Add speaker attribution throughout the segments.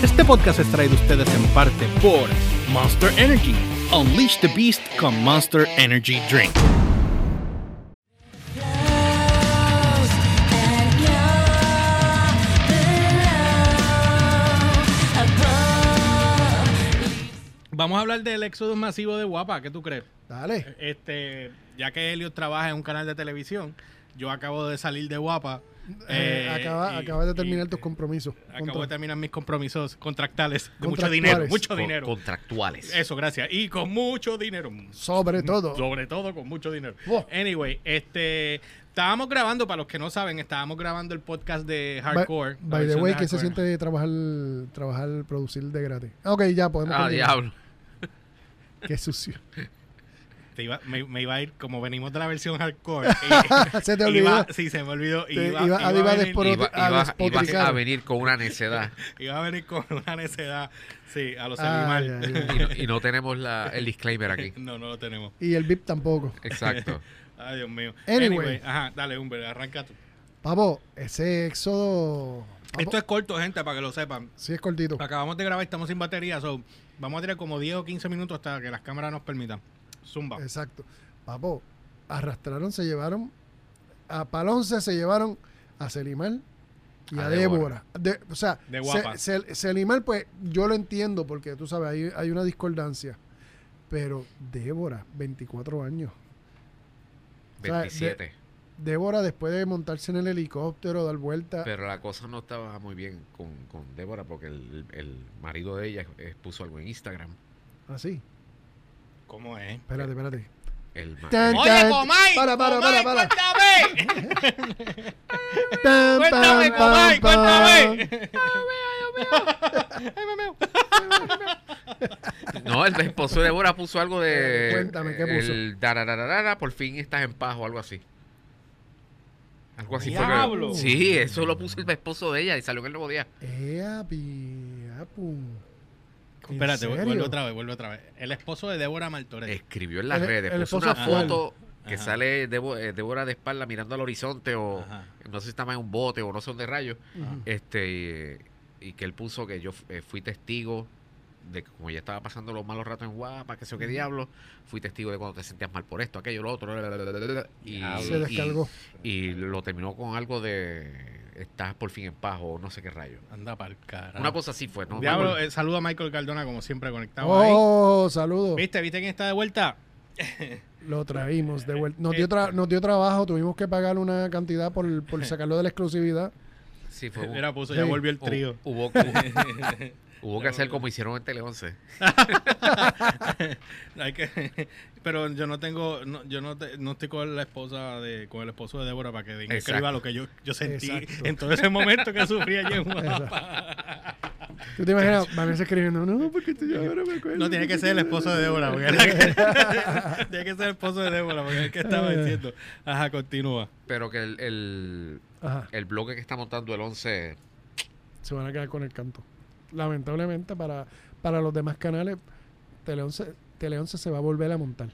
Speaker 1: Este podcast es traído a ustedes en parte por Monster Energy. Unleash the Beast con Monster Energy Drink. Vamos a hablar del éxodo masivo de Guapa, ¿qué tú crees?
Speaker 2: Dale.
Speaker 1: Este, ya que Elliot trabaja en un canal de televisión, yo acabo de salir de Guapa.
Speaker 2: Eh,
Speaker 1: eh,
Speaker 2: acaba-
Speaker 1: y-
Speaker 2: acabas de terminar
Speaker 1: y-
Speaker 2: tus compromisos.
Speaker 1: Acabo de
Speaker 2: Contra-
Speaker 1: terminar mis compromisos contractuales de mucho
Speaker 2: Contractuales.
Speaker 1: dinero, mucho
Speaker 3: Con-
Speaker 1: dinero.
Speaker 3: Contractuales.
Speaker 1: Eso, gracias. Y con mucho dinero.
Speaker 2: Sobre todo.
Speaker 1: Sobre todo con mucho dinero.
Speaker 2: Wow.
Speaker 1: Anyway, este estábamos grabando, para los que no saben, estábamos grabando el podcast de
Speaker 2: By-
Speaker 1: Hardcore. la
Speaker 2: By, the
Speaker 1: versión de
Speaker 2: way, que se
Speaker 1: Hardcore.
Speaker 2: siente trabajar, trabajar, producir de gratis? Ah, Ok, ya podemos.
Speaker 3: Ah,
Speaker 2: continuar.
Speaker 3: diablo.
Speaker 2: Qué sucio.
Speaker 1: Te iba- me, me iba a ir, como venimos de la versión Hardcore.
Speaker 2: Se te
Speaker 1: iba-
Speaker 2: olvidó.
Speaker 1: sí, se me olvidó.
Speaker 2: Te-
Speaker 1: iba,
Speaker 2: iba-
Speaker 1: iba
Speaker 2: iba
Speaker 1: a
Speaker 2: a
Speaker 1: venir,
Speaker 2: despro-
Speaker 3: Iba,
Speaker 2: a
Speaker 3: iba- iba
Speaker 2: despotricar.
Speaker 3: a venir con una necedad.
Speaker 1: iba a venir con una necedad sí, a los
Speaker 2: Ay,
Speaker 1: animales.
Speaker 2: ay, ay.
Speaker 3: Y no, y no tenemos la- el disclaimer aquí.
Speaker 1: No, no lo tenemos.
Speaker 2: Y el VIP tampoco.
Speaker 3: Exacto.
Speaker 1: Ay, Dios mío.
Speaker 2: Anyway.
Speaker 1: ajá, dale, hombre, arranca tú.
Speaker 2: Papo, ese éxodo. papo,
Speaker 1: Esto es corto, gente, para que lo sepan.
Speaker 2: Sí, es cortito.
Speaker 1: Acabamos de grabar, estamos sin batería, so vamos a tirar como 10 o 15 minutos hasta que las cámaras nos permitan. Zumba.
Speaker 2: Exacto. Papo, arrastraron, se llevaron. A Palonce se llevaron a Selimar y a,
Speaker 3: A
Speaker 2: Débora.
Speaker 3: Débora.
Speaker 2: De- o sea,
Speaker 1: De guapa.
Speaker 2: Se- Sel- Selimar, pues yo lo entiendo porque tú sabes, hay, hay una discordancia. Pero Débora, 24 años. O sea, de-
Speaker 3: 27.
Speaker 2: Débora, después de montarse en el helicóptero, dar vuelta.
Speaker 3: Pero la cosa no estaba muy bien con, con Débora porque el, el marido de ella eh, puso algo en Instagram.
Speaker 2: Así.
Speaker 1: ¿Cómo es?
Speaker 2: Espérate, espérate.
Speaker 3: El ma-
Speaker 2: Tan,
Speaker 3: el-
Speaker 2: tan,
Speaker 1: Comay!
Speaker 2: Para, para, para,
Speaker 1: Comay,
Speaker 2: para.
Speaker 1: cuéntame!
Speaker 2: Tan,
Speaker 1: Cuéntame,
Speaker 2: pam,
Speaker 1: Comay,
Speaker 2: pam, pam.
Speaker 1: cuéntame.
Speaker 3: no, el esposo de Débora puso algo de.
Speaker 2: Cuéntame, ¿qué puso?
Speaker 3: El darararara, por fin estás en paz o algo así. Algo así fue que-
Speaker 1: ¡Diablo!
Speaker 3: Sí, eso lo puso el esposo de ella y salió en el nuevo día.
Speaker 2: Ea, pi, apu. ¿En
Speaker 1: Espérate, vu-
Speaker 2: serio?
Speaker 1: vuelve otra vez, vuelve otra vez. El esposo de Débora Martorell.
Speaker 3: escribió en las
Speaker 2: El-
Speaker 3: redes,
Speaker 2: el
Speaker 3: puso
Speaker 2: esposo
Speaker 3: una
Speaker 2: actual.
Speaker 3: foto que
Speaker 1: Ajá.
Speaker 3: sale Debo- eh, Débora de espalda mirando al horizonte o
Speaker 1: Ajá.
Speaker 3: no sé si estaba en un bote o no sé dónde rayos,
Speaker 2: Ujú.
Speaker 3: este, y que él puso que yo eh, fui testigo de que como ya estaba pasando los malos ratos en Guapa, que sé yo qué diablo, fui testigo de cuando te sentías mal por esto, aquello, lo otro, la, la, la, la, la, la, y,
Speaker 1: Diablo.
Speaker 2: Se
Speaker 3: y-
Speaker 2: descargó.
Speaker 3: y lo terminó con algo de estás por fin en paz o no sé qué rayo.
Speaker 1: Anda para el carajo.
Speaker 3: Una cosa así fue, ¿no?
Speaker 1: Diablo,
Speaker 3: Vamos,
Speaker 1: eh, saluda a Michael Cardona, como siempre, conectado
Speaker 2: Oh,
Speaker 1: ahí.
Speaker 2: saludos.
Speaker 1: ¿Viste? ¿Viste quién está de vuelta?
Speaker 2: Lo traímos de vuelta. Nos dio, tra-
Speaker 1: eh,
Speaker 2: nos dio trabajo, tuvimos que pagar una cantidad por, por sacarlo de la exclusividad.
Speaker 3: sí, Oh. fue un-
Speaker 1: eh, Era puso, ya
Speaker 2: Sí.
Speaker 1: volvió el
Speaker 3: hu-
Speaker 1: trío.
Speaker 3: Hubo, hubo- hubo que hacer como hicieron en Tele 11.
Speaker 1: Hay que, pero yo no tengo, no, yo no, te- no estoy con la esposa de, con el esposo de Débora para que diga-
Speaker 3: Exacto.
Speaker 1: escriba lo que yo, yo sentí
Speaker 2: Exacto.
Speaker 1: en todo ese momento que sufrí allí en Guapa.
Speaker 2: ¿Tú te imaginas? Vanessa escribiendo, no, porque tú yo ahora me acuerdo.
Speaker 1: No tiene que ser el esposo de Débora, porque era que- tiene que ser el esposo de Débora, porque es que estaba diciendo. Ajá, continúa.
Speaker 3: Pero que el, el,
Speaker 2: Ajá,
Speaker 3: el bloque que está montando el 11,
Speaker 2: se van a quedar con el canto. Lamentablemente, para, para los demás canales, Tele 11, Tele 11 se va a volver a montar.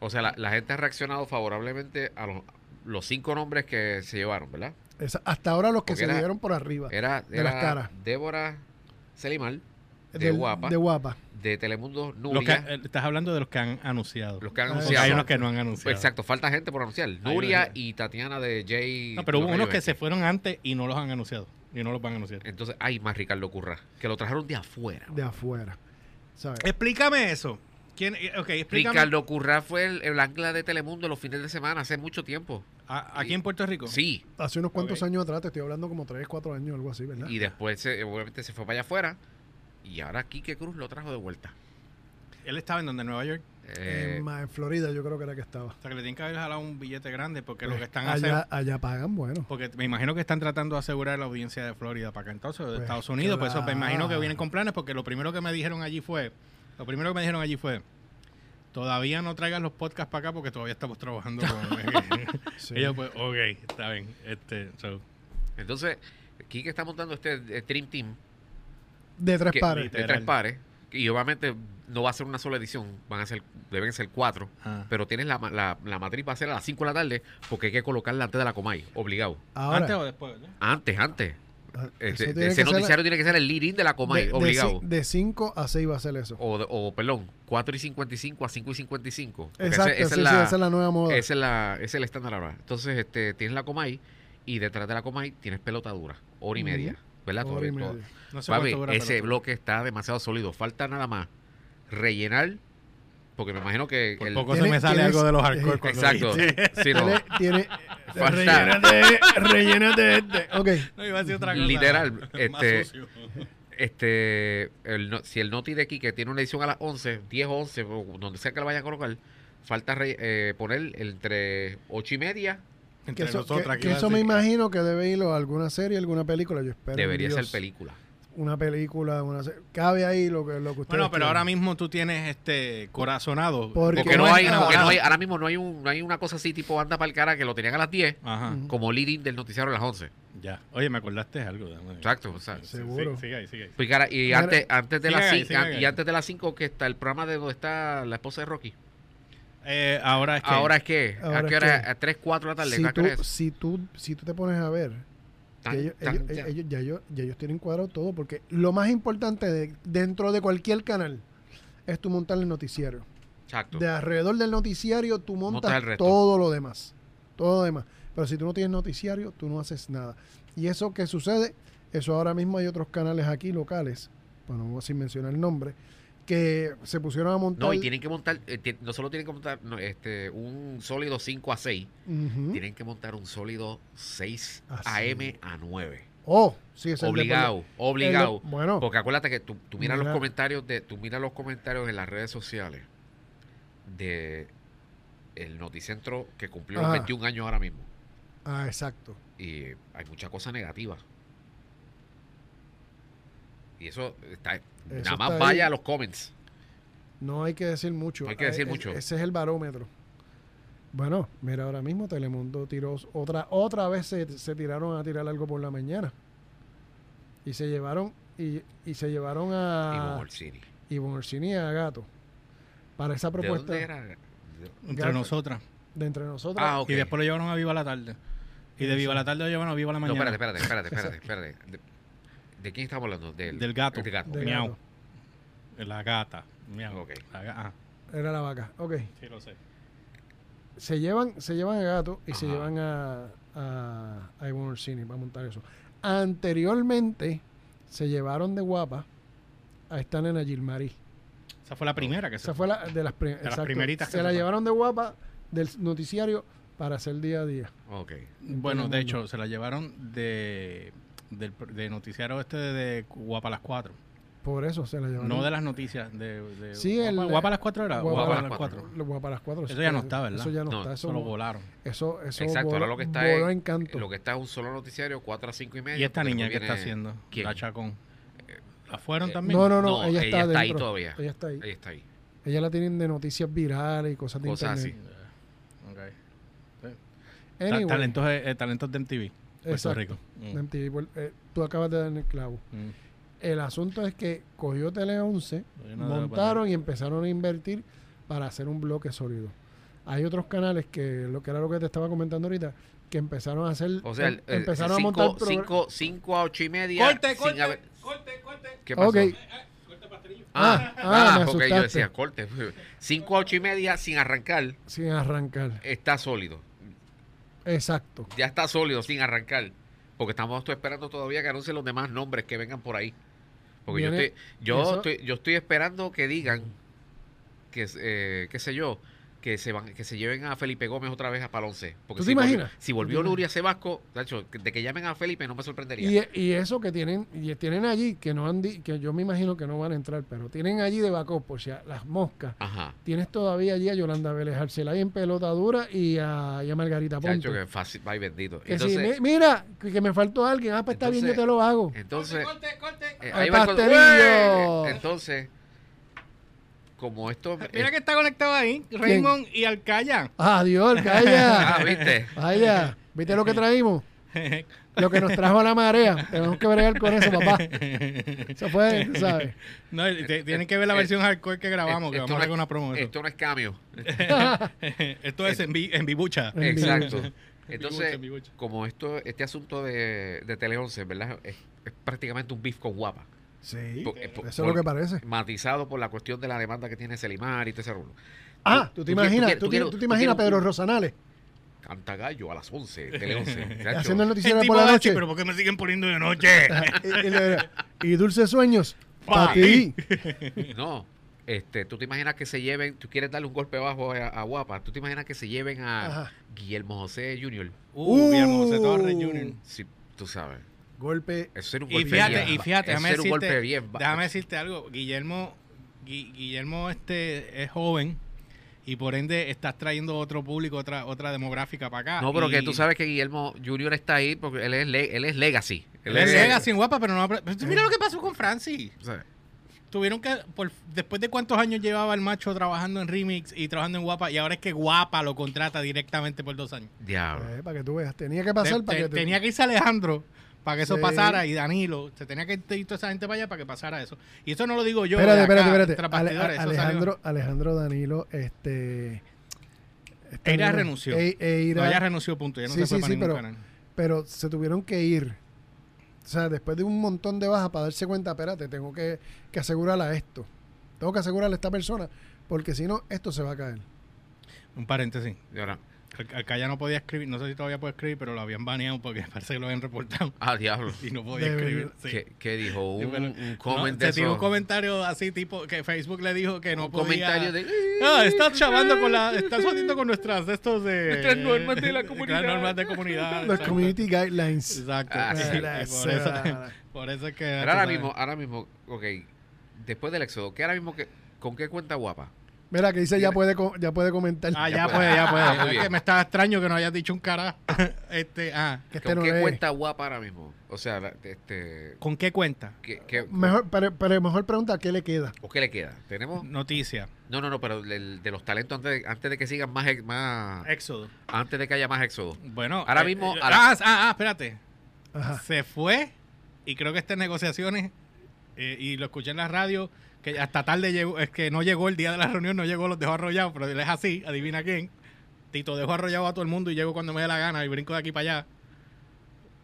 Speaker 3: o sea, la, la gente ha reaccionado favorablemente a los, los cinco nombres que se llevaron, ¿verdad?
Speaker 2: Esa- hasta ahora los que
Speaker 3: Porque
Speaker 2: se
Speaker 3: era-
Speaker 2: dieron por arriba.
Speaker 3: Era,
Speaker 2: De las
Speaker 3: era
Speaker 2: caras.
Speaker 3: Débora Selimar, de
Speaker 2: Del-
Speaker 3: Guapa.
Speaker 2: De guapa.
Speaker 3: de Telemundo
Speaker 1: Los que-
Speaker 3: Nuria,
Speaker 1: eh, estás hablando de los que han anunciado.
Speaker 3: los que han
Speaker 2: Ah,
Speaker 1: Porque hay
Speaker 3: anunciado.
Speaker 1: unos que no han anunciado.
Speaker 3: Exacto, falta gente por anunciar.
Speaker 1: uno-
Speaker 3: Nuria y Tatiana de Jay.
Speaker 1: No, pero hubo
Speaker 3: Los
Speaker 1: unos que
Speaker 3: Rayos.
Speaker 1: se fueron antes y no los han anunciado. Y no los van a anunciar.
Speaker 3: Entonces, hay más Ricardo Curra, que lo trajeron de afuera.
Speaker 2: de afuera. ¿Sabes?
Speaker 3: Eh.
Speaker 1: Explícame eso. ¿Quién, eh, ok, explícame.
Speaker 3: Ricardo Curra fue el, el ancla de Telemundo los fines de semana, hace mucho tiempo.
Speaker 1: ¿A- ¿Aquí en Puerto Rico?
Speaker 3: Sí,
Speaker 2: Hace unos cuantos
Speaker 1: Ok.
Speaker 2: años atrás, te estoy hablando como 3, 4 años, algo así, ¿verdad?
Speaker 3: y después se- obviamente se fue para allá afuera. Y ahora Quique Cruz lo trajo de vuelta.
Speaker 1: Él estaba en donde, en Nueva York.
Speaker 3: Eh,
Speaker 2: en, ma- en Florida yo creo que era que estaba.
Speaker 1: O sea, que le tienen que haber jalado un billete grande porque lo
Speaker 2: Pues,
Speaker 1: que están
Speaker 2: allá,
Speaker 1: haciendo...
Speaker 2: allá pagan, bueno.
Speaker 1: Porque me imagino que están tratando de asegurar la audiencia de Florida para acá entonces, o de
Speaker 2: Pues,
Speaker 1: Estados Unidos. Por eso me imagino que
Speaker 2: claro.
Speaker 1: vienen con planes porque lo primero que me dijeron allí fue... Lo primero que me dijeron allí fue... Todavía no traigas los podcasts para acá porque todavía estamos trabajando con...
Speaker 2: Sí.
Speaker 1: Ellos pues, ok, está bien. Este, so,
Speaker 3: entonces, Quique está montando este eh, Dream Team
Speaker 2: de tres
Speaker 3: que-
Speaker 2: pares.
Speaker 3: de tres pares. Y obviamente no va a ser una sola edición, van a ser, deben ser cuatro.
Speaker 1: ajá.
Speaker 2: Ah.
Speaker 3: Pero tienes la, ma- la, la matriz va a ser a las 5 de la tarde porque hay que colocarla antes de la Comay, obligado.
Speaker 2: Ahora,
Speaker 1: Antes o después, ¿eh? ¿no?
Speaker 3: Antes, antes.
Speaker 2: Ah,
Speaker 1: eh,
Speaker 3: Este,
Speaker 2: eso tiene
Speaker 3: ese
Speaker 2: que ser-
Speaker 3: noticiario tiene que ser el lead-in de la coma
Speaker 2: de-
Speaker 3: obligado.
Speaker 2: De 5 a 6 va a ser eso.
Speaker 3: o, de- o, perdón, 4 y 55 a 5 y 55. Porque ese-
Speaker 2: Exacto,
Speaker 3: esa
Speaker 2: sí,
Speaker 3: es
Speaker 2: sí,
Speaker 3: la-
Speaker 2: esa es la nueva moda.
Speaker 3: ese es, la, ese es el estándar ahora. Entonces, este, tienes la Comay y detrás de la Comay tienes pelota dura, hora y
Speaker 2: Ujú.
Speaker 3: media. ¿Verdad?
Speaker 2: Hora
Speaker 3: Todo-
Speaker 2: y
Speaker 3: todo-
Speaker 2: media.
Speaker 1: No sé
Speaker 3: Papi,
Speaker 1: cuánto dura,
Speaker 3: ese
Speaker 1: pero-
Speaker 3: bloque está demasiado sólido. Falta nada más rellenar, porque me imagino que.
Speaker 1: Por
Speaker 3: el-
Speaker 1: poco se
Speaker 2: Tienes-
Speaker 1: me sale
Speaker 2: tienes-
Speaker 1: algo de los hardcore cuando
Speaker 3: Exacto.
Speaker 1: dijiste.
Speaker 3: Sí, no.
Speaker 2: Tiene- tiene-
Speaker 3: Falta.
Speaker 2: rellénate este. Ok.
Speaker 1: No iba a decir otra cosa.
Speaker 3: Literal,
Speaker 1: Más
Speaker 3: este-
Speaker 1: sucio.
Speaker 3: Este, el no- si el Noti de aquí, que tiene una edición a las 11, 10 o 11, o donde sea que la vaya a colocar, falta re- eh, poner entre 8 y media.
Speaker 2: Que
Speaker 1: Entre
Speaker 2: eso, que-
Speaker 1: nosotras,
Speaker 2: que
Speaker 1: iba a
Speaker 2: eso me
Speaker 1: decir.
Speaker 2: imagino que debe irlo a alguna serie, alguna película. Yo espero. en
Speaker 3: debería ser
Speaker 2: Dios,
Speaker 3: película.
Speaker 2: Una película, una serie. Cabe ahí lo que, lo que ustedes
Speaker 1: Bueno, pero
Speaker 2: quieran.
Speaker 1: ahora mismo tú tienes este corazonado.
Speaker 2: Porque
Speaker 3: Porque no
Speaker 2: no
Speaker 3: hay,
Speaker 2: hay nada.
Speaker 3: porque no hay- ahora mismo no hay, un, no hay una cosa así tipo anda para el cara que lo tenían a las 10
Speaker 1: Ajá,
Speaker 2: Ujú.
Speaker 3: como leading del noticiero a las 11.
Speaker 1: ya. Oye, ¿me acordaste de algo? Dame-
Speaker 3: Exacto, o sea,
Speaker 1: Sí, sí,
Speaker 2: Seguro.
Speaker 1: Sigue ahí, sigue ahí.
Speaker 3: Pues, cara, y
Speaker 2: Mira,
Speaker 3: antes, antes de
Speaker 1: siga
Speaker 3: las
Speaker 1: ahí,
Speaker 3: 5
Speaker 1: siga ahí.
Speaker 3: y antes de las 5 que está el programa de donde está la esposa de Rocky.
Speaker 1: Eh, ahora es que...
Speaker 3: Ahora es que
Speaker 2: Ahora
Speaker 3: a
Speaker 2: es
Speaker 3: qué hora
Speaker 2: que-
Speaker 3: a 3 4 de la tarde,
Speaker 2: si
Speaker 3: ¿a qué hora
Speaker 2: tú,
Speaker 3: es?
Speaker 2: si, tú, si tú te pones a ver,
Speaker 3: Tan,
Speaker 2: que ellos,
Speaker 3: tan,
Speaker 2: ellos-
Speaker 3: ya.
Speaker 2: ellos- ya, ellos, ya ellos tienen cuadrado todo, porque lo más importante de- dentro de cualquier canal es tú montar el noticiario.
Speaker 3: Exacto.
Speaker 2: De alrededor del noticiario tú montas
Speaker 3: Montas el resto.
Speaker 2: todo lo demás. Todo lo demás. Pero si tú no tienes noticiario, tú no haces nada. Y eso que sucede, eso ahora mismo hay otros canales aquí locales, pues bueno, sin mencionar el nombre, que se pusieron a montar.
Speaker 3: No, y tienen que montar eh, ti- no solo tienen que montar no, este un sólido 5 a 6,
Speaker 2: Ujú.
Speaker 3: tienen que montar un sólido 6
Speaker 2: ¿Mm? Ah, sí.
Speaker 3: AM a 9.
Speaker 2: Oh, sí, es el de-
Speaker 3: Obligado,
Speaker 2: el de-
Speaker 3: obligado.
Speaker 2: Bueno,
Speaker 3: Porque acuérdate que tú, tú miras
Speaker 2: Mira.
Speaker 3: los comentarios de, tú miras los comentarios en las redes sociales de el noticentro que cumplió los
Speaker 2: Ajá.
Speaker 3: 21 años ahora mismo.
Speaker 2: ah, exacto.
Speaker 3: Y hay mucha cosa negativa. Y eso está. nada más
Speaker 2: está
Speaker 3: vaya
Speaker 2: ahí.
Speaker 3: a los comments.
Speaker 2: No hay que decir mucho.
Speaker 3: No hay que decir
Speaker 2: Eh, eh,
Speaker 3: mucho.
Speaker 2: Ese es el barómetro. Bueno, mira, ahora mismo Telemundo tiró otra, otra vez se, se tiraron a tirar algo por la mañana. Y se llevaron, y, y se llevaron
Speaker 3: y
Speaker 2: a
Speaker 3: Google City.
Speaker 2: Ivonne Orsini y a Gato. Para esa
Speaker 3: ¿De
Speaker 2: propuesta
Speaker 3: dónde
Speaker 2: de,
Speaker 3: era? De-
Speaker 1: Entre
Speaker 2: Gato.
Speaker 1: nosotras.
Speaker 2: entre nosotros.
Speaker 3: Ah, ok.
Speaker 1: Y después lo llevaron a Viva la Tarde. Y de Viva la Tarde lo llevaron a Viva la
Speaker 3: no,
Speaker 1: Mañana.
Speaker 3: espérate, espérate, espérate, espérate, espérate. ¿De, de quién estamos hablando? Del,
Speaker 1: Del gato.
Speaker 3: Del gato.
Speaker 2: de
Speaker 1: miau.
Speaker 2: Gato.
Speaker 1: La gata. Miau.
Speaker 3: Ok.
Speaker 1: La ga- ah,
Speaker 2: Era la vaca. Ok.
Speaker 1: sí, lo sé.
Speaker 2: Se llevan, se llevan a Gato y se
Speaker 3: Ajá.
Speaker 2: llevan a, a, a Ivonne Orsini para montar eso. Anteriormente se llevaron de guapa a esta nena Gilmarí.
Speaker 1: Esa fue la primera que se
Speaker 2: Esa fue la, de las, prim-
Speaker 1: las
Speaker 2: exacto.
Speaker 1: primeritas que
Speaker 2: Se
Speaker 1: se
Speaker 2: la
Speaker 1: fue.
Speaker 2: llevaron de guapa del noticiario para hacer día a día.
Speaker 3: Ok.
Speaker 1: Bueno, de
Speaker 2: Telemundo.
Speaker 1: hecho, se la llevaron de, del pr- de noticiero este de Guapa a las 4.
Speaker 2: Por eso se la llevaron.
Speaker 1: No de las noticias. De, de
Speaker 2: Sí,
Speaker 1: Guapa,
Speaker 2: el-
Speaker 1: Guapa a las 4 era.
Speaker 2: Guapa
Speaker 1: Guapa,
Speaker 2: a
Speaker 1: a
Speaker 3: las
Speaker 1: las
Speaker 3: cuatro.
Speaker 1: 4.
Speaker 2: Lo- guapa a las cuatro.
Speaker 1: Eso ya no está, ¿verdad?
Speaker 2: Eso ya no,
Speaker 3: No,
Speaker 2: está. Eso,
Speaker 1: Eso lo
Speaker 2: vo-
Speaker 1: volaron.
Speaker 2: eso, eso
Speaker 3: Exacto, ahora
Speaker 2: voló-
Speaker 3: lo que está
Speaker 2: voló
Speaker 3: es-
Speaker 2: en canto.
Speaker 3: Lo que está es un solo noticiario, 4 a 5 y media.
Speaker 1: ¿Y esta
Speaker 3: porque
Speaker 1: niña que
Speaker 3: después
Speaker 1: está
Speaker 3: viene-
Speaker 1: haciendo?
Speaker 3: ¿Quién?
Speaker 1: La Chacón. ¿La fueron
Speaker 3: eh,
Speaker 1: también?
Speaker 2: No, no, no,
Speaker 3: No,
Speaker 2: ella,
Speaker 3: ella
Speaker 2: está,
Speaker 3: está ahí
Speaker 2: dentro.
Speaker 3: todavía.
Speaker 2: Ella está ahí.
Speaker 3: Ahí está ahí.
Speaker 2: Ella la tienen de noticias virales y cosas de
Speaker 3: Cosas así.
Speaker 2: internet.
Speaker 1: Ok. Ta-
Speaker 2: Anyway,
Speaker 1: Talentos, eh, eh, talentos de MTV. Puerto
Speaker 2: exacto.
Speaker 1: Rico. Mm,
Speaker 2: De MTV, por- eh, tú acabas de dar en el clavo.
Speaker 1: mm.
Speaker 2: El asunto es que cogió Tele 11,
Speaker 1: Oye, no,
Speaker 2: montaron y empezaron a invertir para hacer un bloque sólido. Hay otros canales que lo que era lo que te estaba comentando ahorita, que empezaron a hacer
Speaker 3: O sea,
Speaker 2: em- empezaron a montar
Speaker 3: 5
Speaker 2: progr-
Speaker 3: a 8 y media.
Speaker 1: Corte,
Speaker 3: sin
Speaker 1: corte,
Speaker 3: haber-
Speaker 1: corte, corte.
Speaker 3: ¿Qué pasó?
Speaker 2: Ok. Eh,
Speaker 3: Ah,
Speaker 2: Ah,
Speaker 3: ah,
Speaker 2: me
Speaker 3: porque yo
Speaker 2: asustaste.
Speaker 3: decía corte. 5 a 8 y media sin arrancar
Speaker 2: sin arrancar.
Speaker 3: está sólido.
Speaker 2: Exacto.
Speaker 3: Ya está sólido sin arrancar. Porque estamos estoy esperando todavía que anuncien los demás nombres que vengan por ahí. Porque yo
Speaker 2: Viene-
Speaker 3: estoy, yo,
Speaker 2: y eso-
Speaker 3: estoy, yo estoy esperando que digan que, eh, qué sé yo, que se van, que se lleven a Felipe Gómez otra vez a Palonce. Porque
Speaker 2: ¿Tú
Speaker 3: si
Speaker 2: te
Speaker 3: volvió-
Speaker 2: imaginas?
Speaker 3: si
Speaker 2: ¿Tú
Speaker 3: volvió
Speaker 2: te
Speaker 3: Luria Sebasco, Nacho, de que llamen a Felipe no me sorprendería.
Speaker 2: Y, y eso que tienen y tienen allí que no han di- que yo me imagino que no van a entrar, pero tienen allí de backup, o sea, las moscas.
Speaker 3: Ajá.
Speaker 2: Tienes todavía allí a Yolanda Vélez Arcelay en pelota dura y a, y a Margarita Ponte.
Speaker 3: Chacho, que fácil, ay bendito.
Speaker 2: Que si,
Speaker 3: Entonces,
Speaker 2: mi- mira, que, que me faltó alguien. Ah, pues está bien, yo
Speaker 3: Entonces-
Speaker 2: te lo hago.
Speaker 3: entonces, eh,
Speaker 2: Al
Speaker 3: ahí va el cor-
Speaker 2: pastelillo. Ah,
Speaker 3: ¡Uey! Entonces, como esto,
Speaker 1: Mira
Speaker 3: eh,
Speaker 1: que está conectado ahí. Raymond y Alcaya.
Speaker 2: Adiós,
Speaker 3: ah,
Speaker 2: calla.
Speaker 3: viste,
Speaker 2: Vaya, ¿viste lo que traímos? Lo que nos trajo la marea. Tenemos que bregar con eso, papá. Eso fue, tú ¿sabes?
Speaker 1: No, eh, te- tienen que ver la
Speaker 3: eh,
Speaker 1: versión hardcore que grabamos, que
Speaker 3: esto
Speaker 1: vamos a
Speaker 3: no
Speaker 1: hacer
Speaker 3: es-
Speaker 1: una promo. de eso.
Speaker 3: esto eh, no es cambio.
Speaker 1: Esto es en, vi- en Bibucha.
Speaker 2: En
Speaker 3: Exacto.
Speaker 2: vivo.
Speaker 3: Entonces,
Speaker 1: mi bucha, mi bucha.
Speaker 3: como esto, este asunto de, de Tele 11, ¿verdad? Es, es prácticamente un beef con guapa.
Speaker 2: Sí,
Speaker 3: Po- eh, po-
Speaker 2: eso es lo que
Speaker 3: por-
Speaker 2: parece.
Speaker 3: Matizado por la cuestión de la demanda que tiene Selimar y todo ese rollo.
Speaker 2: Ah,
Speaker 3: tú quieres-
Speaker 2: tú te
Speaker 3: tú
Speaker 2: imaginas,
Speaker 3: quieres-
Speaker 2: tú,
Speaker 3: tú
Speaker 2: te-
Speaker 3: quieres-
Speaker 2: tú te
Speaker 3: tú
Speaker 2: imaginas a
Speaker 3: quieres
Speaker 2: Pedro
Speaker 3: un-
Speaker 2: Rosanales
Speaker 3: Canta gallo a las 11, Tele 11. chacho.
Speaker 2: haciendo el
Speaker 1: El
Speaker 2: noticiero por
Speaker 1: tipo
Speaker 2: la
Speaker 1: hace,
Speaker 2: noche.
Speaker 1: pero ¿por qué me siguen poniendo de noche?
Speaker 2: y, y le dirá, "Y dulces sueños para
Speaker 3: Pa'
Speaker 2: ti.
Speaker 3: No, este, tú te imaginas que se lleven, tú quieres darle un golpe bajo a, a Guapa, tú te imaginas que se lleven a
Speaker 2: Ajá.
Speaker 3: Guillermo José Jr.
Speaker 1: Uh, Guillermo José
Speaker 2: Uh.
Speaker 1: Torres Jr.
Speaker 3: Sí, tú sabes.
Speaker 2: Golpe.
Speaker 3: Eso era un
Speaker 1: Y
Speaker 3: golpe
Speaker 1: fíjate,
Speaker 3: bien.
Speaker 1: y fíjate,
Speaker 3: eso
Speaker 1: déjame
Speaker 3: era un golpe
Speaker 1: decirte,
Speaker 3: bien. ba-
Speaker 1: déjame decirte algo. Guillermo, Gui- Guillermo este es joven y por ende estás trayendo otro público, otra, otra demográfica para acá.
Speaker 3: No, pero que
Speaker 1: Y
Speaker 3: tú sabes que Guillermo Jr. está ahí porque él es, le- él es legacy.
Speaker 1: Él es legacy sin guapa, pero no. apre- Pero tú Mira lo que pasó con Francis.
Speaker 3: o sea,
Speaker 1: Tuvieron que, por- después de cuántos años llevaba el macho trabajando en Remix y trabajando en Guapa, y ahora es que Guapa lo contrata directamente por dos años.
Speaker 3: Diablo.
Speaker 2: Eh, para que tú veas. Tenía que pasar
Speaker 1: Te-
Speaker 2: para
Speaker 1: te-
Speaker 2: que te-
Speaker 1: Tenía que irse Alejandro para que eso
Speaker 2: Sí.
Speaker 1: pasara y Danilo. Se tenía que ir toda esa gente para allá para que pasara eso. Y eso no lo digo yo.
Speaker 2: Espérate,
Speaker 1: de acá,
Speaker 2: espérate, espérate.
Speaker 1: tras
Speaker 2: Ale-
Speaker 1: bastidores,
Speaker 2: a-
Speaker 1: eso salió-
Speaker 2: Alejandro, Alejandro Danilo, este. este
Speaker 1: Eira
Speaker 2: nene-
Speaker 1: renunció.
Speaker 2: E- Eira-
Speaker 1: No, ella renunció, punto. Ya no
Speaker 2: Sí,
Speaker 1: se fue
Speaker 2: sí,
Speaker 1: para
Speaker 2: sí,
Speaker 1: ningún
Speaker 2: pero-
Speaker 1: canal.
Speaker 2: pero se tuvieron que ir. O sea, después de un montón de bajas para darse cuenta, espérate, tengo que, que asegurar a esto. Tengo que asegurarle a esta persona, porque si no, esto se va a caer.
Speaker 1: Un paréntesis.
Speaker 3: Y ahora-
Speaker 1: Al- Alcaya no podía escribir, no sé si todavía puede escribir, pero lo habían baneado porque parece que lo habían reportado
Speaker 3: Ah, diablo.
Speaker 1: y no podía
Speaker 2: De
Speaker 1: escribir.
Speaker 2: verdad.
Speaker 1: sí.
Speaker 3: ¿Qué, qué dijo? Un,
Speaker 1: Yo me lo-
Speaker 3: un
Speaker 1: No,
Speaker 3: comment
Speaker 1: se
Speaker 3: de
Speaker 1: tiró
Speaker 3: eso.
Speaker 1: un comentario así, tipo, que Facebook le dijo que no
Speaker 3: un
Speaker 1: podía.
Speaker 3: comentario de.
Speaker 1: Ah, estás chavando con la. Estás jodiendo con nuestras de estos de.
Speaker 3: Nuestras normas de la comunidad.
Speaker 1: Las normas de comunidad.
Speaker 2: Los
Speaker 1: exacto.
Speaker 2: community guidelines.
Speaker 1: Exacto.
Speaker 3: Ah, sí,
Speaker 1: Eh,
Speaker 3: sí.
Speaker 1: eh, por, eso,
Speaker 2: Esa-
Speaker 1: por eso es que.
Speaker 3: Pero ahora
Speaker 1: tú sabes.
Speaker 3: mismo, ahora mismo, ok. Después del éxodo, ¿qué ahora mismo que, con qué cuenta guapa?
Speaker 2: Mira, que dice ya puede, co- ya puede comentar.
Speaker 1: Ah,
Speaker 3: Ya
Speaker 1: ya
Speaker 3: puede.
Speaker 1: puede, ya
Speaker 3: Ah,
Speaker 1: puede.
Speaker 3: muy
Speaker 1: Es que
Speaker 3: bien.
Speaker 1: me estaba extraño que no hayas dicho un carajo. este, ah.
Speaker 2: que este
Speaker 3: ¿Con
Speaker 2: no
Speaker 3: qué
Speaker 2: lee.
Speaker 3: cuenta guapa ahora mismo? O sea, la- este.
Speaker 1: ¿Con qué cuenta?
Speaker 3: ¿qué, qué-
Speaker 1: Mm.
Speaker 2: Mejor, pero, pero mejor pregunta, ¿qué le queda?
Speaker 3: ¿O qué le queda? ¿Tenemos?
Speaker 1: Noticia.
Speaker 3: No, no, no, pero del- de, los talentos antes de, antes de que sigan más, ex- más.
Speaker 1: Éxodo.
Speaker 3: Antes de que haya más éxodo.
Speaker 1: Bueno.
Speaker 3: Ahora mismo, a la-
Speaker 1: ah, ah, ah, espérate.
Speaker 2: Ajá.
Speaker 1: Se fue y creo que estas negociaciones. eh, y lo escuché en la radio. Que hasta tarde llegó. Es que no llegó el día de la reunión, no llegó, los dejó arrollados. Pero él es así, adivina quién. Tito dejó arrollado a todo el mundo y llego cuando me dé la gana y brinco de aquí para allá.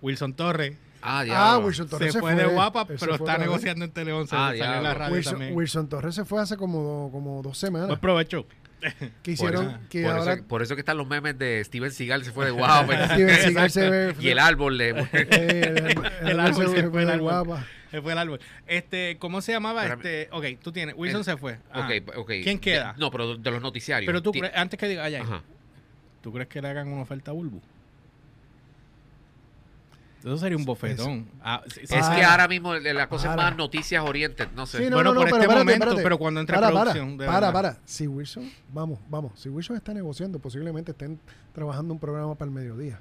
Speaker 1: Wilson Torres
Speaker 3: Ah,
Speaker 2: Ah,
Speaker 3: diablo.
Speaker 2: Wilson Torres
Speaker 1: se, fue, de guapa,
Speaker 2: Él se
Speaker 1: pero
Speaker 2: fue
Speaker 1: está
Speaker 2: otra vez.
Speaker 1: negociando en Tele 11.
Speaker 3: Ah,
Speaker 1: salió en la
Speaker 3: diablo.
Speaker 1: radio
Speaker 2: Wilson,
Speaker 1: también.
Speaker 2: Wilson Torres se fue hace como, do- como dos semanas.
Speaker 1: Buen provecho.
Speaker 2: que
Speaker 3: Por eso-
Speaker 2: hicieron que
Speaker 3: por, eso,
Speaker 2: ahora
Speaker 3: por eso que están los memes de Steven Seagal se fue de guapa.
Speaker 2: Steven Seagal se ve-
Speaker 3: y el árbol le.
Speaker 2: Eh, el, árbol- el
Speaker 1: El
Speaker 2: árbol
Speaker 1: árbol
Speaker 2: se
Speaker 1: se
Speaker 2: ve
Speaker 1: fue, el
Speaker 2: de
Speaker 1: árbol.
Speaker 2: guapa.
Speaker 1: Se fue el árbol. Este, ¿cómo se llamaba?
Speaker 3: Espérame.
Speaker 1: Este, ok, tú tienes. Wilson
Speaker 3: El-
Speaker 1: se fue. Ah.
Speaker 3: ok, ok.
Speaker 1: ¿Quién queda?
Speaker 3: No, pero de los noticiarios.
Speaker 1: Pero tú,
Speaker 3: Ti-
Speaker 1: crees- antes que diga, ah, ay, ay,
Speaker 3: Ajá.
Speaker 2: Ah.
Speaker 1: ¿tú crees que le hagan una oferta a Bulbu? Eso sería un bofetón. Ah, sí, sí,
Speaker 3: Es
Speaker 1: sí.
Speaker 3: que ahora mismo la cosa
Speaker 2: Para.
Speaker 3: es más noticias orientes, no sé.
Speaker 2: Sí, no,
Speaker 1: Bueno,
Speaker 2: no, no,
Speaker 1: por
Speaker 2: pero
Speaker 1: este
Speaker 2: espérate,
Speaker 1: momento,
Speaker 2: espérate.
Speaker 1: pero cuando entre
Speaker 2: para,
Speaker 1: producción, de
Speaker 2: Para, para,
Speaker 1: verdad.
Speaker 2: para. Si Wilson, vamos, vamos. Si Wilson está negociando, posiblemente estén trabajando un programa para el mediodía.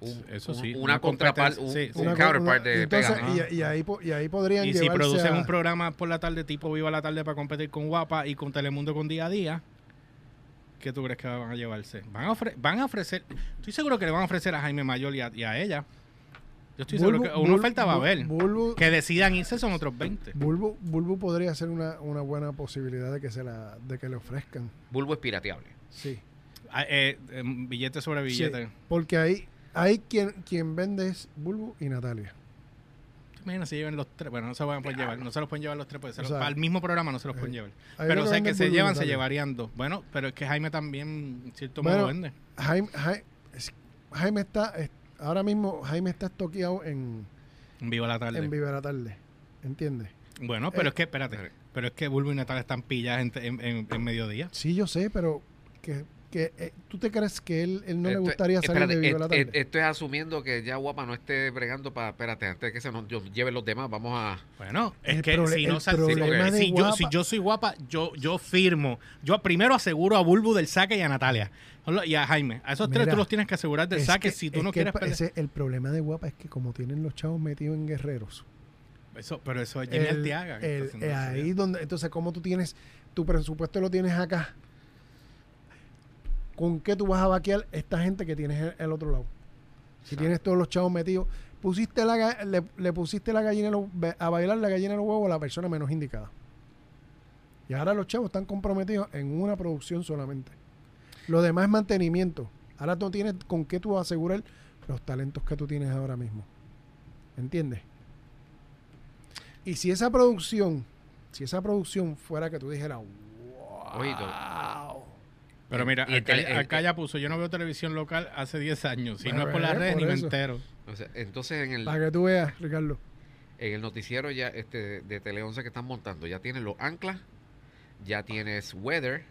Speaker 3: Un-
Speaker 1: Eso
Speaker 3: un-
Speaker 1: sí, una
Speaker 3: una contraparte, un,
Speaker 1: competencia, sí,
Speaker 3: un
Speaker 1: sí.
Speaker 2: co-
Speaker 3: counterpart pues, de
Speaker 2: y, entonces,
Speaker 3: Pega, ¿no?
Speaker 1: Ajá.
Speaker 2: y, y ahí, po- y ahí podrían
Speaker 1: Y si
Speaker 2: llevarse
Speaker 1: producen
Speaker 2: a-
Speaker 1: un programa por la tarde tipo Viva la Tarde para competir con Guapa y con Telemundo con Día a Día, ¿qué tú crees que van a llevarse? Van a, ofre- van a ofrecer, estoy seguro que le van a ofrecer a Jaime Mayor y a, y a ella. Yo estoy seguro
Speaker 2: Bulbu-
Speaker 1: que una
Speaker 2: Bul-
Speaker 1: oferta va a
Speaker 2: Bul-
Speaker 1: haber.
Speaker 2: Bulbu,
Speaker 1: Que decidan irse son otros 20.
Speaker 2: Bulbu, Bulbu podría ser una, una buena posibilidad de que se la de que le ofrezcan.
Speaker 3: Bulbo es pirateable.
Speaker 2: Sí.
Speaker 1: Ah, eh, eh, billete sobre billete.
Speaker 2: Sí, porque ahí hay quien quien vende es Bulbu y Natalia.
Speaker 1: Imagina si llevan los tres. Bueno, no se, van a poder llevar, no se los pueden llevar los tres. Pues, se
Speaker 2: O
Speaker 1: los-
Speaker 2: sea,
Speaker 1: para el mismo programa no se los pueden
Speaker 2: eh,
Speaker 1: llevar.
Speaker 2: Ahí
Speaker 1: Pero
Speaker 2: lo
Speaker 1: o sea, que
Speaker 2: venden
Speaker 1: se
Speaker 2: Bulbu y
Speaker 1: llevan, se
Speaker 2: Natalia.
Speaker 1: llevarían dos. Bueno, pero es que Jaime también, en cierto
Speaker 2: Bueno,
Speaker 1: modo, vende.
Speaker 2: Jaime, Jaime, es- Jaime está es- ahora mismo Jaime está estoqueado en
Speaker 1: En Viva la Tarde.
Speaker 2: en eh, Viva la tarde, ¿entiendes?
Speaker 1: Bueno, pero es que, espérate, pero es que Bulbo y Natal están pilladas en, en- en- en mediodía.
Speaker 2: Sí, yo sé, pero que, que eh, tú te crees que él, él no le
Speaker 3: Esto-
Speaker 2: gustaría salir
Speaker 3: espérate,
Speaker 2: de Viva
Speaker 3: et-
Speaker 2: la tarde.
Speaker 3: et- Esto es asumiendo que ya Guapa no esté bregando para. Espérate, antes de que se nos yo- lleven los demás, vamos a.
Speaker 1: Bueno, es
Speaker 2: El
Speaker 1: que
Speaker 2: prole-
Speaker 1: si no
Speaker 2: el
Speaker 1: sal- si-
Speaker 2: problema
Speaker 1: si,
Speaker 2: de
Speaker 1: yo, si
Speaker 2: Guapa-
Speaker 1: yo soy guapa, yo, yo firmo. Yo primero aseguro a Bulbo del saque y a Natalia. Solo- Y a Jaime. A esos tres
Speaker 2: Mira,
Speaker 1: tú los tienes que asegurar del
Speaker 2: Es
Speaker 1: saque
Speaker 2: que-
Speaker 1: si tú
Speaker 2: es
Speaker 1: no
Speaker 2: que el
Speaker 1: quieres
Speaker 2: pa-
Speaker 1: perder.
Speaker 2: ese- el problema de Guapa es que como tienen los chavos metidos en guerreros.
Speaker 1: Eso, pero eso es Jimmy
Speaker 2: el-
Speaker 1: Altiaga. que
Speaker 2: el-
Speaker 1: está haciendo
Speaker 2: eh,
Speaker 1: eso
Speaker 2: ahí
Speaker 1: ya.
Speaker 2: donde, entonces, ¿cómo tú tienes tu presupuesto lo tienes acá? ¿Con qué tú vas a vaquear esta gente que tienes el, el otro lado? Si
Speaker 3: Exacto.
Speaker 2: tienes todos los chavos metidos, pusiste la, ga- le, le pusiste la gallina en los- a bailar la gallina en los huevos a la persona menos indicada. Y ahora los chavos están comprometidos en una producción solamente. Lo demás es mantenimiento. Ahora no tienes con qué tú asegurar los talentos que tú tienes ahora mismo. ¿Entiendes? Y si esa producción, si esa producción fuera que tú dijeras, wow.
Speaker 3: Ojito.
Speaker 1: Pero mira,
Speaker 3: Y el tele-
Speaker 1: acá,
Speaker 3: el-
Speaker 1: acá ya puso, yo no veo televisión local hace 10 años. Si no es por las
Speaker 2: Bueno,
Speaker 1: redes,
Speaker 2: por
Speaker 1: ni me
Speaker 2: eso.
Speaker 1: entero.
Speaker 3: O sea, entonces en el,
Speaker 2: Para que tú veas, Ricardo.
Speaker 3: en el noticiero ya este de Tele 11 que están montando, ya tienes los anclas, ya tienes weather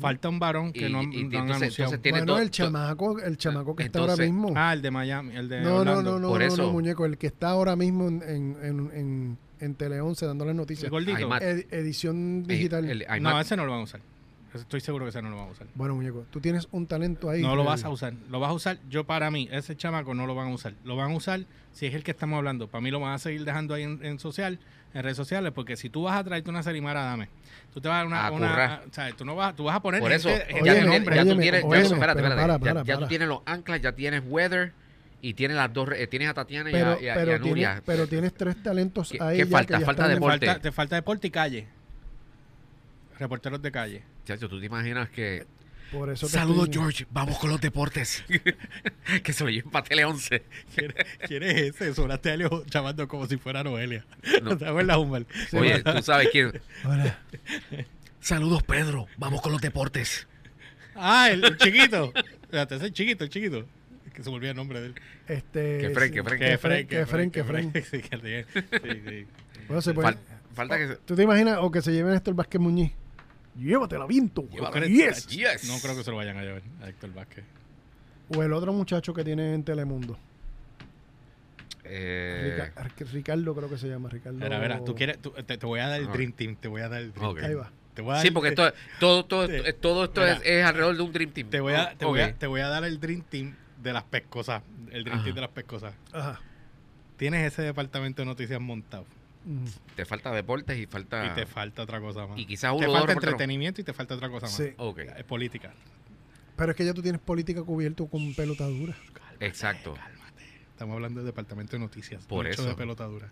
Speaker 1: Falta un varón que
Speaker 3: Y-
Speaker 1: no, han-
Speaker 3: y- y
Speaker 1: no han
Speaker 3: entonces-
Speaker 1: anunciado.
Speaker 3: entonces tiene
Speaker 2: bueno,
Speaker 3: to-
Speaker 2: el
Speaker 3: to-
Speaker 2: chamaco, el chamaco que está ahora
Speaker 3: Entonces,
Speaker 2: mismo.
Speaker 1: ah, el de Miami, el de
Speaker 2: no, no,
Speaker 1: Orlando.
Speaker 2: no, no,
Speaker 3: Por
Speaker 2: no,
Speaker 3: eso-
Speaker 2: no, muñeco. El que está ahora mismo en, en, en, en, en Tele 11 dándole
Speaker 1: El
Speaker 2: noticias.
Speaker 1: gordito.
Speaker 3: Ay, Matt.
Speaker 2: Ed- edición digital.
Speaker 3: Ah. el- hay
Speaker 1: no,
Speaker 3: más-
Speaker 1: ese no lo van a usar. Estoy seguro que ese no lo van a usar.
Speaker 2: Bueno, muñeco, tú tienes un talento ahí.
Speaker 1: No lo vas a
Speaker 2: Freddy.
Speaker 1: usar. Lo vas a usar, yo para mí, ese chamaco no lo van a usar. Lo van a usar si es el que estamos hablando. Para mí lo van a seguir dejando ahí en, en social, en redes sociales, porque si tú vas a traerte una Salimara dame, tú te vas a dar una,
Speaker 3: A
Speaker 1: una-
Speaker 3: currar.
Speaker 1: o sea, tú no vas, tú vas a poner
Speaker 3: Por eso, eh,
Speaker 1: gente-
Speaker 3: ya,
Speaker 1: gente de
Speaker 2: Óyeme,
Speaker 1: nombre.
Speaker 3: ya tú
Speaker 2: óyeme,
Speaker 3: tienes, ya tú-
Speaker 2: óyeme,
Speaker 3: espérate,
Speaker 2: pero
Speaker 3: espérate,
Speaker 2: para,
Speaker 3: ya-
Speaker 2: para,
Speaker 3: ya tú
Speaker 2: para.
Speaker 3: tienes los anclas, ya tienes weather y tienes las dos, re- eh, tienes a Tatiana y a-
Speaker 2: Pero,
Speaker 3: y, a, y a
Speaker 2: pero,
Speaker 3: Nuria.
Speaker 2: tienes, pero tienes tres talentos
Speaker 3: ¿Qué-
Speaker 2: ahí.
Speaker 3: qué
Speaker 2: ya
Speaker 3: falta?
Speaker 2: que ya
Speaker 3: Falta
Speaker 2: están en-
Speaker 3: deporte.
Speaker 1: Falta- te falta deporte y calle. Reporteros de calle.
Speaker 3: Chacho, tú te imaginas que
Speaker 2: Por eso te
Speaker 3: Saludos,
Speaker 2: estoy-
Speaker 3: George. Vamos con los deportes. que se lo lleven para Tele 11.
Speaker 1: ¿Quién es ese? Sonaste a Leo llamando como si fuera Noelia.
Speaker 3: No.
Speaker 1: ¿Te acuerdas, Humber?
Speaker 3: Oye, tú sabes quién.
Speaker 2: Hola.
Speaker 3: Saludos, Pedro. Vamos con los deportes.
Speaker 1: Ah, el, el chiquito. Espérate, ese chiquito, el chiquito. Es Que se volvía el nombre de él.
Speaker 2: Este,
Speaker 3: Que Fren, que Fren.
Speaker 2: Que Fren, que Fren, que Fren.
Speaker 1: Sí, que Fren. Sí, sí.
Speaker 2: Bueno, se puede-
Speaker 3: Fal- falta que. se-
Speaker 2: ¿Tú te imaginas o que se lleven a Héctor Vázquez Muñiz? Llévatela, viento.
Speaker 1: ¿Tú
Speaker 3: Llévala.
Speaker 1: crees?
Speaker 3: Yes.
Speaker 1: Ach,
Speaker 3: Yes.
Speaker 1: No creo que se lo vayan a llevar a Héctor Vázquez.
Speaker 2: O el otro muchacho que tiene en Telemundo.
Speaker 3: eh,
Speaker 2: Rica- Ar- Ricardo creo que se llama, Ricardo.
Speaker 1: Mira, mira, tú quieres. tú- te, te voy a dar el
Speaker 3: Ah.
Speaker 1: Dream Team. Te voy a dar el Dream
Speaker 3: Ok.
Speaker 1: Team.
Speaker 2: Ahí va.
Speaker 1: Te voy a dar,
Speaker 3: sí, porque esto, todo, todo,
Speaker 1: Sí.
Speaker 3: todo esto es, es alrededor de un Dream Team.
Speaker 1: Te voy, a, te, voy
Speaker 3: Ok.
Speaker 1: a, te voy a dar el Dream Team de las pescosas. El Dream
Speaker 3: Ajá.
Speaker 1: Team de las pescosas.
Speaker 2: Ajá.
Speaker 1: Tienes ese departamento de noticias montado.
Speaker 2: Mm,
Speaker 3: Te falta deportes y falta.
Speaker 1: Y te falta otra cosa más.
Speaker 3: Ah. y quizás uno
Speaker 1: te
Speaker 3: o dos
Speaker 1: falta
Speaker 3: reporteros.
Speaker 1: entretenimiento y te falta otra cosa más.
Speaker 2: Sí.
Speaker 3: Ok,
Speaker 1: Es Eh, política.
Speaker 2: Pero es que ya tú tienes política cubierto con pelotadura.
Speaker 3: exacto.
Speaker 1: Estamos hablando del departamento de noticias.
Speaker 3: Por
Speaker 1: mucho
Speaker 3: eso.
Speaker 1: de pelotadura.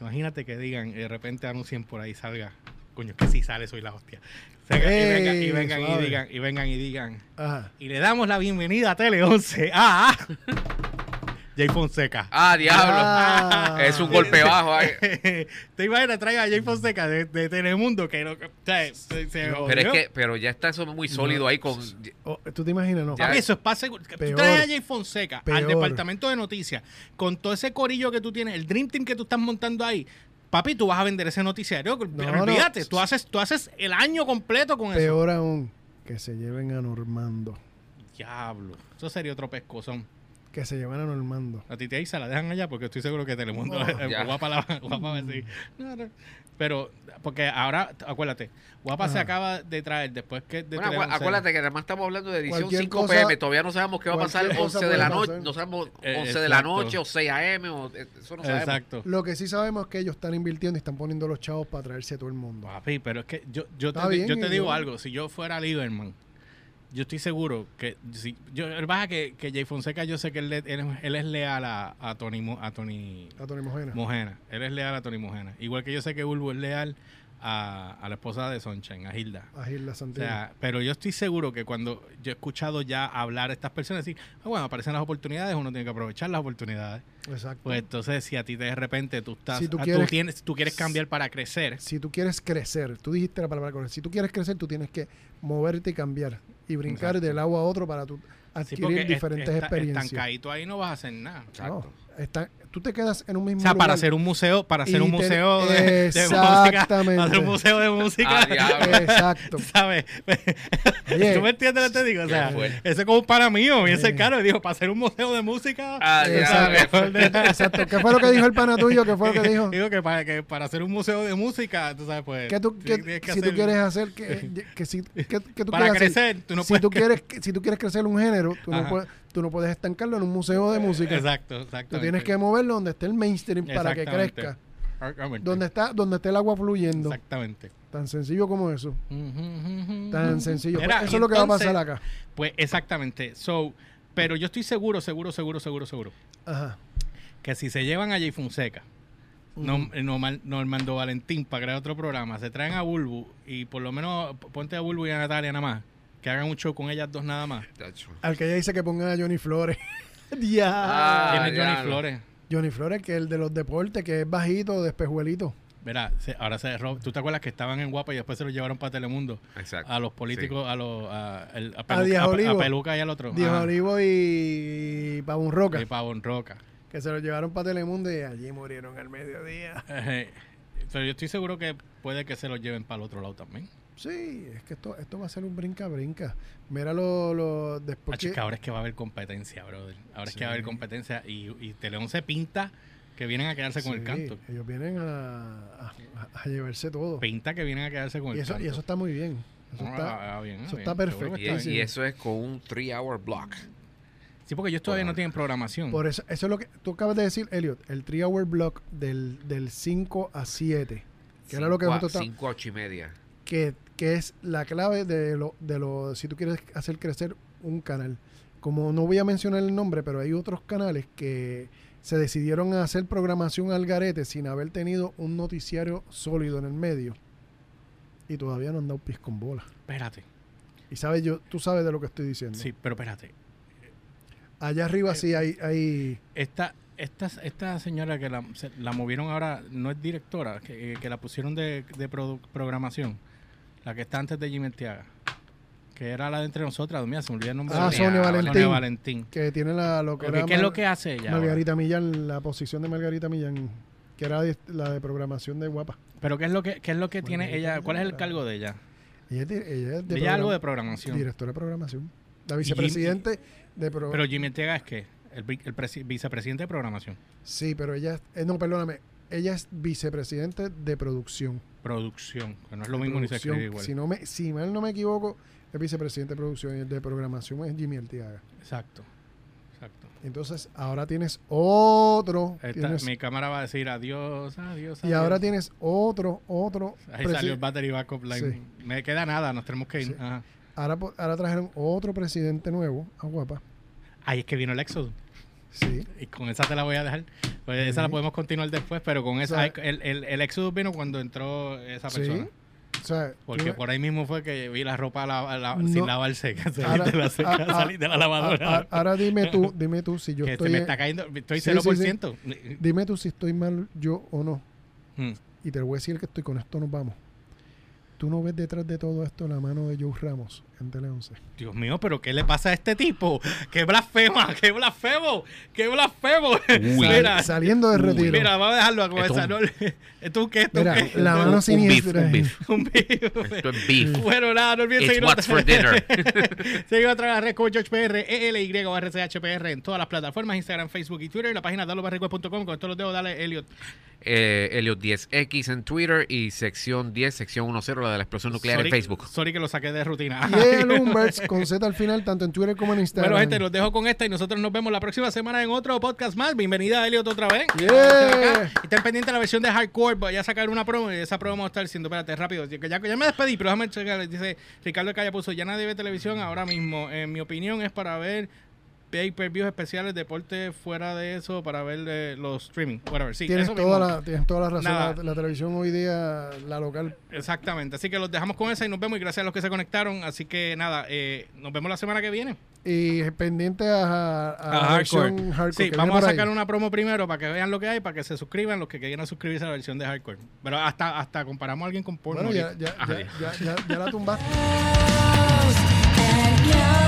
Speaker 1: Imagínate que digan, y de repente anuncien por ahí, salga. Coño, es que si sale soy la hostia. O sea, que- y vengan, y
Speaker 2: Ey,
Speaker 1: vengan y
Speaker 2: suave.
Speaker 1: digan, y vengan y digan.
Speaker 2: Ajá.
Speaker 1: Y le damos la bienvenida a Tele 11. ¡Ah! Jay Fonseca.
Speaker 3: Ah, diablo.
Speaker 2: Ah.
Speaker 3: es un golpe bajo. ay.
Speaker 1: Te imaginas, traiga a Jay Fonseca de, de Telemundo, que no. o sea, se- se
Speaker 2: No,
Speaker 3: Pero es
Speaker 1: jodió.
Speaker 3: que, pero ya está eso muy sólido ahí con.
Speaker 2: O- oh, ¿Tú te imaginas? No.
Speaker 3: Ya.
Speaker 1: Papi, eso es para seguro. Tú
Speaker 2: Peor.
Speaker 1: traes a Jay Fonseca al
Speaker 2: Peor.
Speaker 1: departamento de noticias con todo ese corillo que tú tienes, el Dream Team que tú estás montando ahí. Papi, tú vas a vender ese noticiario.
Speaker 2: no.
Speaker 1: Olvídate, Tú, haces, tú haces el año completo con eso.
Speaker 2: Peor aún, que se lleven a Normando.
Speaker 1: Diablo. Eso sería otro pescozón.
Speaker 2: Que se lleven a Normando.
Speaker 1: A ti te se la dejan allá porque estoy seguro que Telemundo
Speaker 3: Oh, ya.
Speaker 1: guapa la guapa va a decir, "No, no". Pero, porque ahora, acuérdate, guapa se
Speaker 2: Ajá.
Speaker 1: acaba de traer después que de
Speaker 3: Bueno, acu-
Speaker 1: Teleonce.
Speaker 3: acuérdate que además estamos hablando de edición
Speaker 2: Cualquier
Speaker 3: 5
Speaker 2: cosa-
Speaker 3: pm, todavía no sabemos qué va a pasar
Speaker 2: cualquier cosa
Speaker 3: 11 de la
Speaker 2: puede
Speaker 3: noche,
Speaker 2: pasar.
Speaker 3: no sabemos
Speaker 1: Eh,
Speaker 3: 11 de la
Speaker 1: exacto.
Speaker 3: noche o 6 am, o, eh, eso no sabemos. Ah,
Speaker 1: Exacto.
Speaker 2: Lo que sí sabemos es que ellos están invirtiendo y están poniendo los chavos para traerse a todo el mundo.
Speaker 1: Papi, pero es que yo, yo, te,
Speaker 2: Está
Speaker 1: di-
Speaker 2: bien, eh,
Speaker 1: yo te digo
Speaker 2: igual.
Speaker 1: algo. Si yo fuera Lieberman, yo estoy seguro que... Si, yo, el baja que, que Jay Fonseca, yo sé que él, le- él es- él es leal a, a Tony, Mo- a Tony
Speaker 2: A Tony Mojena.
Speaker 1: Mojena. Él es leal a Tony Mojena. Igual que yo sé que Bulbo es leal a, a la esposa de Sonchen, a Hilda.
Speaker 2: A Gilda
Speaker 1: O
Speaker 2: Santiago.
Speaker 1: sea, pero yo estoy seguro que cuando yo he escuchado ya hablar a estas personas, decir, "Ah, bueno, aparecen las oportunidades, uno tiene que aprovechar las oportunidades.
Speaker 2: Exacto.
Speaker 1: Pues entonces, si a ti de repente tú estás,
Speaker 2: Si tú
Speaker 1: ah,
Speaker 2: quieres-
Speaker 1: tienes, tú quieres cambiar para crecer,
Speaker 2: si tú quieres crecer, tú dijiste la palabra correcta, si tú quieres crecer, tú tienes que moverte y cambiar y brincar
Speaker 1: Exacto.
Speaker 2: del agua a otro para tú
Speaker 1: Sí,
Speaker 2: adquirir
Speaker 1: porque est-
Speaker 2: diferentes
Speaker 1: esta-
Speaker 2: experiencias.
Speaker 1: Estancadito ahí no vas a hacer nada.
Speaker 2: No,
Speaker 3: Exacto.
Speaker 2: está- tú te quedas en un mismo
Speaker 1: O sea, para
Speaker 2: lugar.
Speaker 1: hacer un museo, para hacer un
Speaker 2: Y te-
Speaker 1: museo de, de música,
Speaker 2: Exactamente.
Speaker 1: para hacer un museo de
Speaker 3: Ah,
Speaker 1: música,
Speaker 3: diablo.
Speaker 2: Eh, Exacto.
Speaker 1: ¿sabes?
Speaker 2: Oye.
Speaker 1: ¿Tú me entiendes lo que te digo? O
Speaker 3: Qué
Speaker 1: sea,
Speaker 3: fuerte.
Speaker 1: eso es como un para mío, bien
Speaker 2: Sí.
Speaker 1: cercano, y dijo, para hacer un museo de música,
Speaker 3: Ah, diablo.
Speaker 2: Exacto. Exacto. ¿Qué fue lo que dijo el pana tuyo? ¿Qué fue lo que dijo?
Speaker 1: digo que para, que para hacer un museo de música, tú sabes, pues...
Speaker 2: ¿Qué tú,
Speaker 1: sí,
Speaker 2: qué-
Speaker 1: tienes que
Speaker 2: si tú
Speaker 1: hacer-
Speaker 2: quieres hacer que, que si- que- que tú
Speaker 1: Para
Speaker 2: quieres hacer?
Speaker 1: crecer, tú no
Speaker 2: si
Speaker 1: puedes...
Speaker 2: tú quieres si tú quieres crecer un género, tú no
Speaker 1: Ajá.
Speaker 2: puedes tú no puedes estancarlo en un museo de música.
Speaker 1: Exacto, exacto.
Speaker 2: Tú tienes que moverlo donde esté el mainstream para que crezca. Donde está donde esté el agua fluyendo.
Speaker 1: Exactamente.
Speaker 2: Tan sencillo como eso. Tan sencillo.
Speaker 1: Mira,
Speaker 2: Pues
Speaker 1: y
Speaker 2: eso es lo que va a
Speaker 1: entonces-
Speaker 2: pasar acá.
Speaker 1: Pues exactamente. So, pero yo estoy seguro, seguro, seguro, seguro, seguro
Speaker 2: Ajá.
Speaker 1: que si se llevan a Jay Fonseca, Nom- Normal- Normando Valentín para crear otro programa, se traen a Bulbu y por lo menos p- ponte a Bulbu y a Natalia nada más. que hagan un show con ellas dos nada más.
Speaker 3: Tacho.
Speaker 2: Al que ella dice que pongan a Johnny Flores. ya.
Speaker 3: Ah,
Speaker 1: ¿Quién es Johnny
Speaker 3: diablo.
Speaker 1: Flores?
Speaker 2: Johnny Flores, que es el de los deportes, que es bajito, de espejuelito.
Speaker 1: Verá, se- ahora se rob- ¿Tú te acuerdas que estaban en Guapa y después se los llevaron para Telemundo?
Speaker 3: Exacto.
Speaker 1: A los políticos, a los. A, el- a
Speaker 2: A Díaz
Speaker 1: a- a
Speaker 2: Olivo.
Speaker 1: Peluca y al otro.
Speaker 2: Diego
Speaker 1: Ajá.
Speaker 2: Olivo y Pavón Roca,
Speaker 1: Y Pavón Roca.
Speaker 2: que se lo llevaron para Telemundo y allí murieron al mediodía.
Speaker 1: Ejé. Pero yo estoy seguro que puede que se los lleven para el otro lado también.
Speaker 2: Sí, es que esto, esto va a ser un brinca-brinca. Mira lo, lo- después
Speaker 1: Acho,
Speaker 2: que-
Speaker 1: que ahora es que va a haber competencia, brother. Ahora es que va a haber
Speaker 2: Sí.
Speaker 1: competencia. Y, y Teleón se pinta que vienen a quedarse con el
Speaker 2: Sí,
Speaker 1: canto.
Speaker 2: Ellos vienen a, a- a llevarse todo.
Speaker 1: Pinta que vienen a quedarse con
Speaker 2: Y
Speaker 1: el
Speaker 2: eso,
Speaker 1: canto.
Speaker 2: y eso está muy bien. Eso
Speaker 1: No,
Speaker 2: está-
Speaker 1: ah, ah, bien, ah,
Speaker 2: eso
Speaker 1: bien,
Speaker 2: está
Speaker 1: seguro que
Speaker 2: perfecto.
Speaker 3: Y,
Speaker 1: bien.
Speaker 2: Sí.
Speaker 3: y eso es con un 3-hour block.
Speaker 1: Sí, porque ellos todavía
Speaker 3: Por
Speaker 1: no
Speaker 3: ahora.
Speaker 1: tienen programación.
Speaker 2: Por eso, eso es lo que tú acabas de decir, Elliot, el 3-hour block del, del 5 a 7, que era lo que nosotros estábamos-
Speaker 3: 5 a 8 y media.
Speaker 2: que, que es la clave de lo, de lo, si tú quieres hacer crecer un canal. Como no voy a mencionar el nombre, pero hay otros canales que se decidieron a hacer programación al garete sin haber tenido un noticiario sólido en el medio. Y todavía no han dado pies con bola.
Speaker 1: Espérate.
Speaker 2: Y sabes, yo, tú sabes de lo que estoy diciendo.
Speaker 1: Sí, pero espérate.
Speaker 2: Allá arriba sí hay, hay
Speaker 1: Esta, esta, esta señora que la, se- la movieron ahora no es directora, que, eh, que la pusieron de, de produ- programación, la que está antes de Jimmy Arteaga, que era la de entre nosotras, mira, se me olvidó el nombre.
Speaker 2: Ah,
Speaker 1: de
Speaker 2: Sonia
Speaker 1: ella.
Speaker 2: Valentín.
Speaker 1: Sonia Valentín.
Speaker 2: que tiene la lo que
Speaker 1: Ok,
Speaker 2: era
Speaker 1: ¿Qué es lo
Speaker 2: Mar-
Speaker 1: que hace ella? ahora?
Speaker 2: Margarita Millán, la posición de Margarita Millán, que era de- la de programación de Guapa.
Speaker 1: Pero ¿qué es lo que, qué es lo que tiene
Speaker 2: Margarita
Speaker 1: ella? ¿Cuál es el
Speaker 2: Millán.
Speaker 1: cargo de ella?
Speaker 2: Ella es, di- ella es de
Speaker 1: ella es algo
Speaker 2: programa-
Speaker 1: de programación.
Speaker 2: Directora de programación. La vicepresidente de pro-
Speaker 1: Pero Jimmy Arteaga es que el, vi- el presi- vicepresidente de programación,
Speaker 2: Sí, pero ella es- eh, no, perdóname. Ella es vicepresidente de producción.
Speaker 1: producción, que no es
Speaker 2: De
Speaker 1: lo mismo ni se
Speaker 2: producción.
Speaker 1: escribe igual.
Speaker 2: Si, no me, si mal no me equivoco, es vicepresidente de producción y el de programación es Jimmy Arteaga.
Speaker 1: Exacto. Exacto.
Speaker 2: Entonces, ahora tienes otro.
Speaker 1: Esta-
Speaker 2: tienes-
Speaker 1: mi cámara va a decir adiós, adiós.
Speaker 2: y ahora
Speaker 1: adiós.
Speaker 2: tienes otro, otro.
Speaker 1: Ahí
Speaker 2: presi-
Speaker 1: salió el battery backup line. Me queda nada, nos tenemos que ir.
Speaker 2: Sí.
Speaker 1: Ajá.
Speaker 2: ahora, po- ahora trajeron otro presidente nuevo a Guapa.
Speaker 1: Ahí es que vino el Exodus.
Speaker 2: Sí.
Speaker 1: Y con esa te la voy a dejar. Pues esa la podemos continuar después, pero con esa.
Speaker 2: O
Speaker 1: el, el, el Exodus vino cuando entró esa
Speaker 2: Sí.
Speaker 1: persona.
Speaker 2: O sea,
Speaker 1: Porque
Speaker 2: tú-
Speaker 1: por ahí mismo fue que vi la ropa la- la-
Speaker 2: No.
Speaker 1: sin lavarse. que salí
Speaker 2: Ahora-
Speaker 1: de la seca-
Speaker 2: ah, ah,
Speaker 1: salí de la
Speaker 2: a-
Speaker 1: lavadora.
Speaker 2: a- ahora dime tú, dime tú si yo
Speaker 1: que
Speaker 2: estoy.
Speaker 1: se me
Speaker 2: en-
Speaker 1: está cayendo. Estoy
Speaker 2: Sí,
Speaker 1: 0%.
Speaker 2: Dime tú si estoy mal yo o no.
Speaker 1: Mm.
Speaker 2: y te lo voy a decir que estoy con esto, nos vamos. Tú no ves detrás de todo esto la mano de Joe Ramos en Tele 11.
Speaker 1: Dios mío, pero ¿qué le pasa a este tipo? ¡Qué blasfema! ¡Qué blasfemo! ¡Qué blasfemo!
Speaker 3: Uy.
Speaker 1: Mira,
Speaker 2: Saliendo de
Speaker 3: Uy,
Speaker 2: retiro.
Speaker 1: mira, vamos a dejarlo con
Speaker 3: Esto es
Speaker 1: esa.
Speaker 3: un-
Speaker 1: ¿no? ¿Esto es qué? ¿Esto
Speaker 2: Mira,
Speaker 1: es qué?
Speaker 2: la mano
Speaker 3: un beef,
Speaker 2: siniestra.
Speaker 3: un beef.
Speaker 1: Un video.
Speaker 3: Esto es beef.
Speaker 1: Bueno, nada, no olviden
Speaker 3: It's
Speaker 1: seguirnos.
Speaker 3: what's for dinner.
Speaker 1: Seguimos a través de la red como George E PR, ELY o RCHPR en todas las plataformas, Instagram, Facebook y Twitter. Y la página dalobarrecues.com. Con esto los dejo, dale, Elliot.
Speaker 3: Eh, Helios 10X en Twitter y sección 10, sección 10, la de la explosión nuclear
Speaker 1: Sorry-
Speaker 3: en Facebook.
Speaker 1: Sorry que lo saqué de rutina.
Speaker 2: Y el Umberts con Z al final, tanto en Twitter como en Instagram.
Speaker 1: Bueno, gente, los dejo con esta y nosotros nos vemos la próxima semana en otro podcast más. Bienvenida, Elliot, otra vez.
Speaker 2: Yeah.
Speaker 1: Y Estén pendientes de la versión de Hardcore. Voy a sacar una promo y esa promo va a estar siendo. Espérate, rápido. Ya, ya- ya me despedí, pero déjame checar. Dice Ricardo Calla puso: Ya nadie ve televisión ahora mismo. En mi opinión, es para ver pay-per-views especiales, deporte fuera de eso, para ver eh, los streaming, whatever. Sí,
Speaker 2: tienes,
Speaker 1: eso
Speaker 2: toda
Speaker 1: mismo.
Speaker 2: la, tienes toda la razón.
Speaker 1: Nada.
Speaker 2: La, la televisión hoy día, la local.
Speaker 1: Exactamente. Así que los dejamos con esa y nos vemos. Y gracias a los que se conectaron. Así que nada, eh, nos vemos la semana que viene.
Speaker 2: Y pendiente a, a, a
Speaker 1: Ah,
Speaker 2: la
Speaker 1: hardcore.
Speaker 2: versión hardcore
Speaker 1: Sí,
Speaker 2: que
Speaker 1: vamos
Speaker 2: viene
Speaker 1: a
Speaker 2: por
Speaker 1: sacar
Speaker 2: ahí.
Speaker 1: una promo primero para que vean lo que hay, para que se suscriban los que quieran suscribirse a la versión de hardcore. Pero hasta, hasta comparamos a alguien con porno.
Speaker 2: Bueno, ya,
Speaker 1: ahorita.
Speaker 2: ya, ya, ya, ya, ya la tumbaste.
Speaker 4: and young.